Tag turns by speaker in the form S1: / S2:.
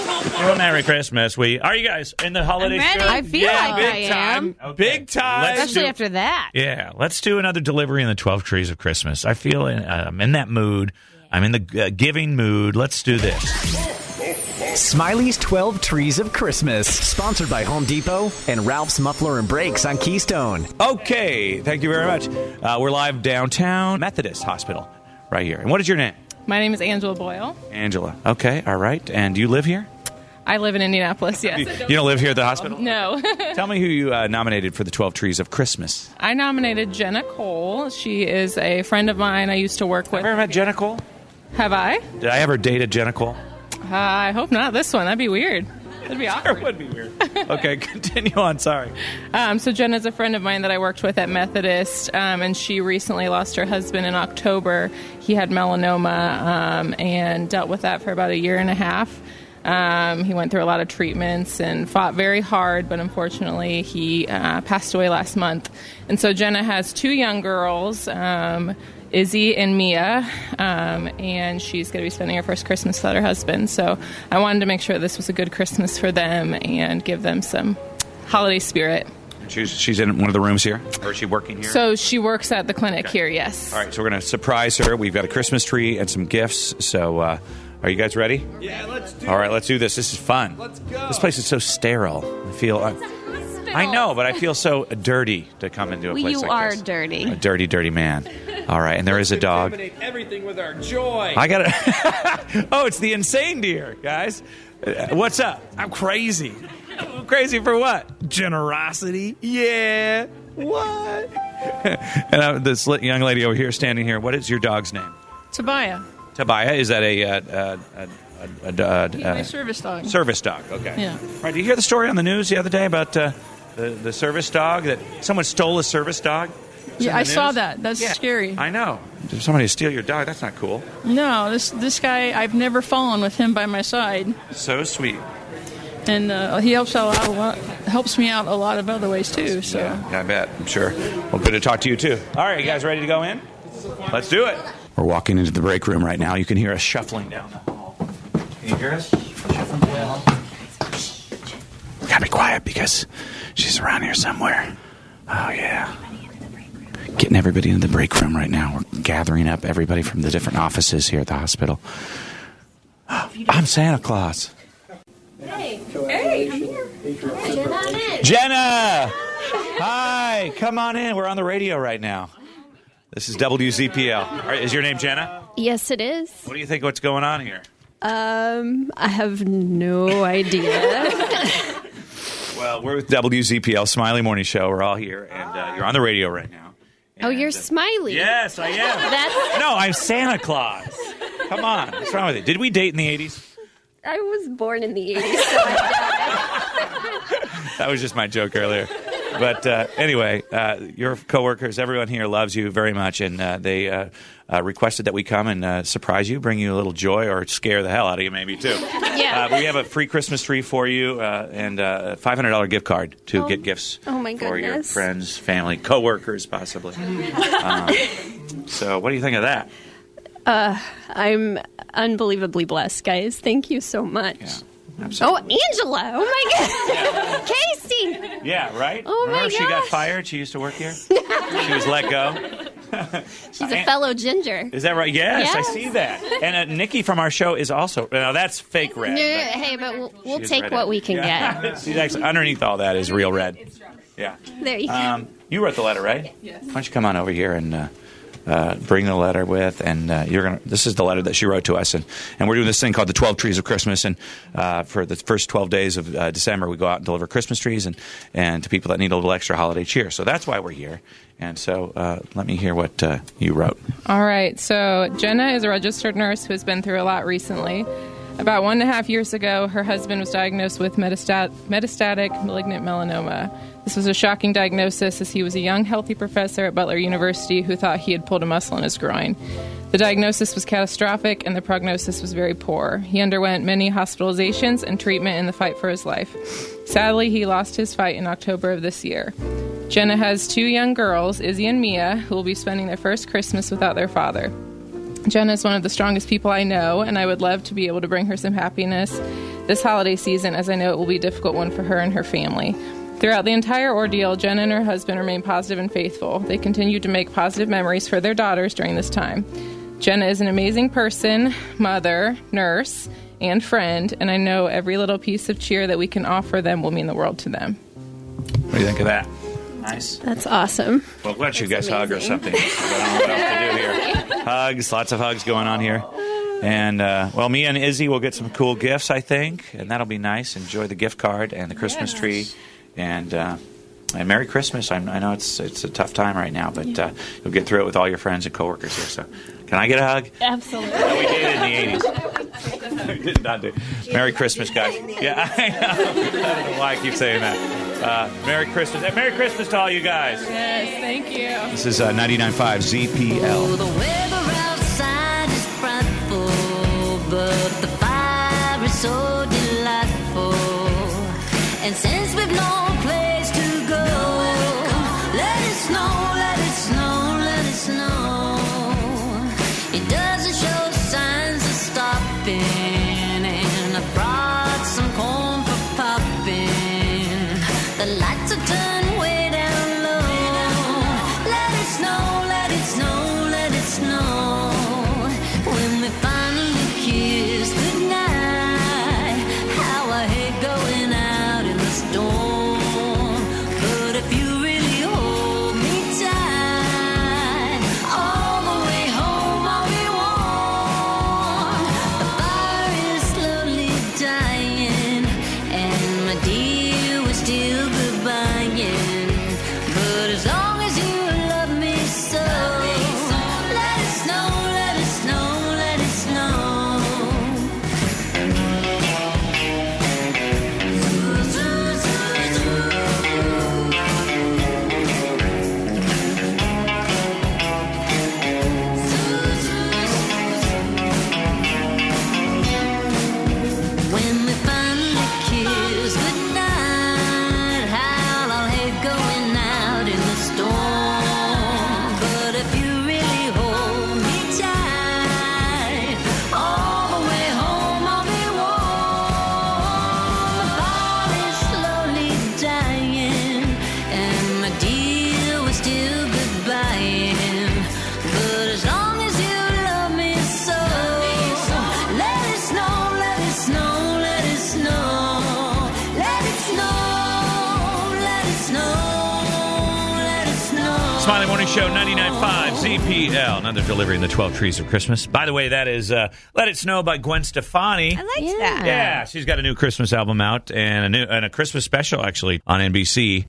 S1: Well, Merry Christmas. We are you guys in the holiday
S2: I'm ready.
S1: spirit?
S2: I feel
S1: yeah,
S2: like
S1: big
S2: I
S1: time.
S2: am.
S1: Okay. Big time.
S2: Especially after that.
S1: Yeah, let's do another delivery in the 12 trees of Christmas. I feel in, uh,
S3: um,
S1: I'm in that mood. I'm in the uh, giving mood. Let's do this.
S4: Smiley's 12 Trees of Christmas, sponsored by Home Depot and Ralph's Muffler and Brakes on Keystone.
S3: Okay, thank you very much. Uh, we're live downtown Methodist Hospital, right here. And what is your name?
S5: My name is Angela Boyle.
S3: Angela. Okay, all right. And you live here?
S5: I live in Indianapolis,
S3: You,
S5: yes.
S3: you don't live here at the hospital?
S5: No.
S3: Tell me who you uh, nominated for the 12 Trees of Christmas.
S5: I nominated Jenna Cole. She is a friend of mine I used to work with.
S3: Ever met Jenna Cole?
S5: Have I?
S3: Did I ever date a Jenna Cole?
S5: Uh, I hope not this one. That'd be weird. That'd be awkward.
S3: would be weird. okay, continue on. Sorry.
S5: Um, so Jenna's a friend of mine that I worked with at Methodist, um, and she recently lost her husband in October. He had melanoma um, and dealt with that for about a year and a half. Um, he went through a lot of treatments and fought very hard, but unfortunately, he uh, passed away last month. And so Jenna has two young girls. Um, Izzy and Mia, um, and she's going to be spending her first Christmas without her husband. So I wanted to make sure this was a good Christmas for them and give them some holiday spirit.
S3: She's, she's in one of the rooms here? Or is she working here?
S5: So she works at the clinic here, yes.
S3: All right, so we're going to surprise her. We've got a Christmas tree and some gifts. So, uh, are you guys ready? Yeah, let's do All right, let's do this. This is fun. Let's go. This place is so sterile. I feel. I, I know, but I feel so dirty to come into a
S2: Well,
S3: place
S2: you
S3: like
S2: are
S3: this.
S2: dirty.
S3: A dirty, dirty man. All right, and there is a dog.
S6: Dominate everything with our joy.
S3: I got to. oh, it's the insane deer, guys. Uh, What's up?
S6: I'm crazy.
S3: I'm crazy for what?
S6: Generosity.
S3: Yeah. What? and uh, this li- young lady over here, standing here. What is your dog's name?
S5: Tobiah,
S3: Tobiah, is that a, uh, uh, a, a, a, a,
S5: my
S3: a
S5: service dog.
S3: service dog? Okay.
S5: Yeah.
S3: Right. Did you hear the story on the news the other day about uh, the, the service dog that someone stole a service dog? It's in
S7: Yeah,
S3: the
S7: I saw
S3: news.
S7: that. That's
S3: Yeah,
S7: scary.
S3: I know. If somebody steal your dog, that's not cool.
S7: no, this this guy, I've never fallen with him by my side,
S3: So sweet.
S7: and uh, he helps out a lot, helps me out a lot of other ways too. So
S3: Yeah, I bet. I'm sure. Well, good to talk to you too. All right, you guys ready to go in? Let's do it. We're walking into the break room right now. You can hear us shuffling down the hall. Can you hear us? Shuffling down the hall. We gotta be quiet because she's around here somewhere. Oh yeah. Getting everybody into the break room right now. We're gathering up everybody from the different offices here at the hospital. I'm Santa Claus. Jenna! Hi, come on in. We're on the radio right now. This is WZPL. All right, Is your name Jenna?
S8: Yes, it is.
S3: What do you think what's going on here?
S8: Um, I have no idea.
S3: Well, we're with WZPL Smiley Morning Show. We're all here, and uh, you're on the radio right now.
S8: oh, you're
S3: And, uh,
S8: smiley.
S3: Yes, I am.
S8: That's.
S3: No, I'm Santa Claus. Come on, what's wrong with it? Did we date in the '80s?
S8: I was born in the 80s, so I
S3: That was just my joke earlier. But uh, anyway, uh, your coworkers, everyone here loves you very much, and uh, they uh, uh, requested that we come and uh, surprise you, bring you a little joy, or scare the hell out of you, maybe too.
S8: Yeah.
S3: Uh, we have a free Christmas tree for you uh, and uh, a five hundred dollar gift card to
S8: Oh.
S3: get gifts
S8: Oh, my
S3: for your
S8: goodness.
S3: friends, family, coworkers, possibly. um, so, what do you think of that?
S8: I'm unbelievably blessed, guys. Thank you so much. Oh,
S3: Absolutely.
S8: Angela! Oh my God, Casey!
S3: Yeah, right?
S8: Oh, my
S3: Remember she got
S8: gosh.
S3: fired? She used to work here? she was let go?
S8: She's a fellow ginger.
S3: Is that right? Yes, I
S8: Yes.
S3: see that. And uh, Nikki from our show is also. Now, that's fake red.
S8: No, no, no,
S3: but-
S8: hey, but we'll, we'll
S3: She is
S8: take
S3: red.
S8: what we can
S3: Yeah. She's actually, underneath all that is real red. Yeah.
S8: get. There you go.
S3: Um, you wrote the letter, right? Yes. Why don't you come on over here and uh, uh, bring the letter with, and uh, you're gonna. This is the letter that she wrote to us, and, and we're doing this thing called the Twelve Trees of Christmas, and uh, for the first twelve days of uh, December, we go out and deliver Christmas trees and and to people that need a little extra holiday cheer. So that's why we're here. And so uh, let me hear what uh, you wrote.
S5: All right, so Jenna is a registered nurse who has been through a lot recently. About one and a half years ago, her husband was diagnosed with metastat- metastatic malignant melanoma. This was a shocking diagnosis as he was a young, healthy professor at Butler University who thought he had pulled a muscle in his groin. The diagnosis was catastrophic and the prognosis was very poor. He underwent many hospitalizations and treatment in the fight for his life. Sadly, he lost his fight in October of this year. Jenna has two young girls, Izzy and Mia, who will be spending their first Christmas without their father. Jenna is one of the strongest people I know, and I would love to be able to bring her some happiness this holiday season, as I know it will be a difficult one for her and her family. Throughout the entire ordeal, Jenna and her husband remained positive and faithful. They continued to make positive memories for their daughters during this time. Jenna is an amazing person, mother, nurse, and friend, and I know every little piece of cheer that we can offer them will mean the world to them.
S3: What do you think of that? Nice.
S8: That's awesome.
S3: Well, why don't you guys hug or something? I don't know what else to do here. Hugs, lots of hugs going on here. And uh, well, me and Izzy will get some cool gifts, I think, and that'll be nice. Enjoy the gift card and the Christmas tree, and uh, and Merry Christmas. i I know it's it's a tough time right now, but uh, you'll get through it with all your friends and coworkers here. So, can I get a hug?
S8: Absolutely.
S3: We did in the eighties. We did not do. Merry Christmas, guys. Yeah, I know. I don't know why I keep saying that. Uh, Merry Christmas. and Merry Christmas to all you guys.
S5: Yes, thank you.
S3: This is uh, 99.5 ZPL.
S2: The weather outside is frightful, but the fire is so delightful. And since we've no place to go, let it snow, let it snow, let it snow. It doesn't show signs of stopping, and I brought some corn for popping. The lights are turned way down low. Let it snow, let it snow, let it snow. When we finally kiss goodnight, how I hate going out in the storm. But if you really hold me tight, all the way home I'll be warm. The fire is slowly dying, and my dear, we're still goodbying. But as long as you love me so, let it snow, let it snow, let it snow. When we finally kiss goodnight, how I'll hate going out in the storm. But if you really hold me tight, all the way home I'll be warm. My body's slowly dying, and my dear, we're still goodbying. But as long as you love me so, let it snow, let it snow, let it snow, let it snow, let it snow, let it snow.
S1: Smiley Morning Show 99.5 ZPL. Another delivery in the 12 Trees of Christmas. By the way, that is uh, Let It Snow by Gwen Stefani.
S9: I liked that.
S1: Yeah, she's got a new Christmas album out and a new and a Christmas special actually on NBC.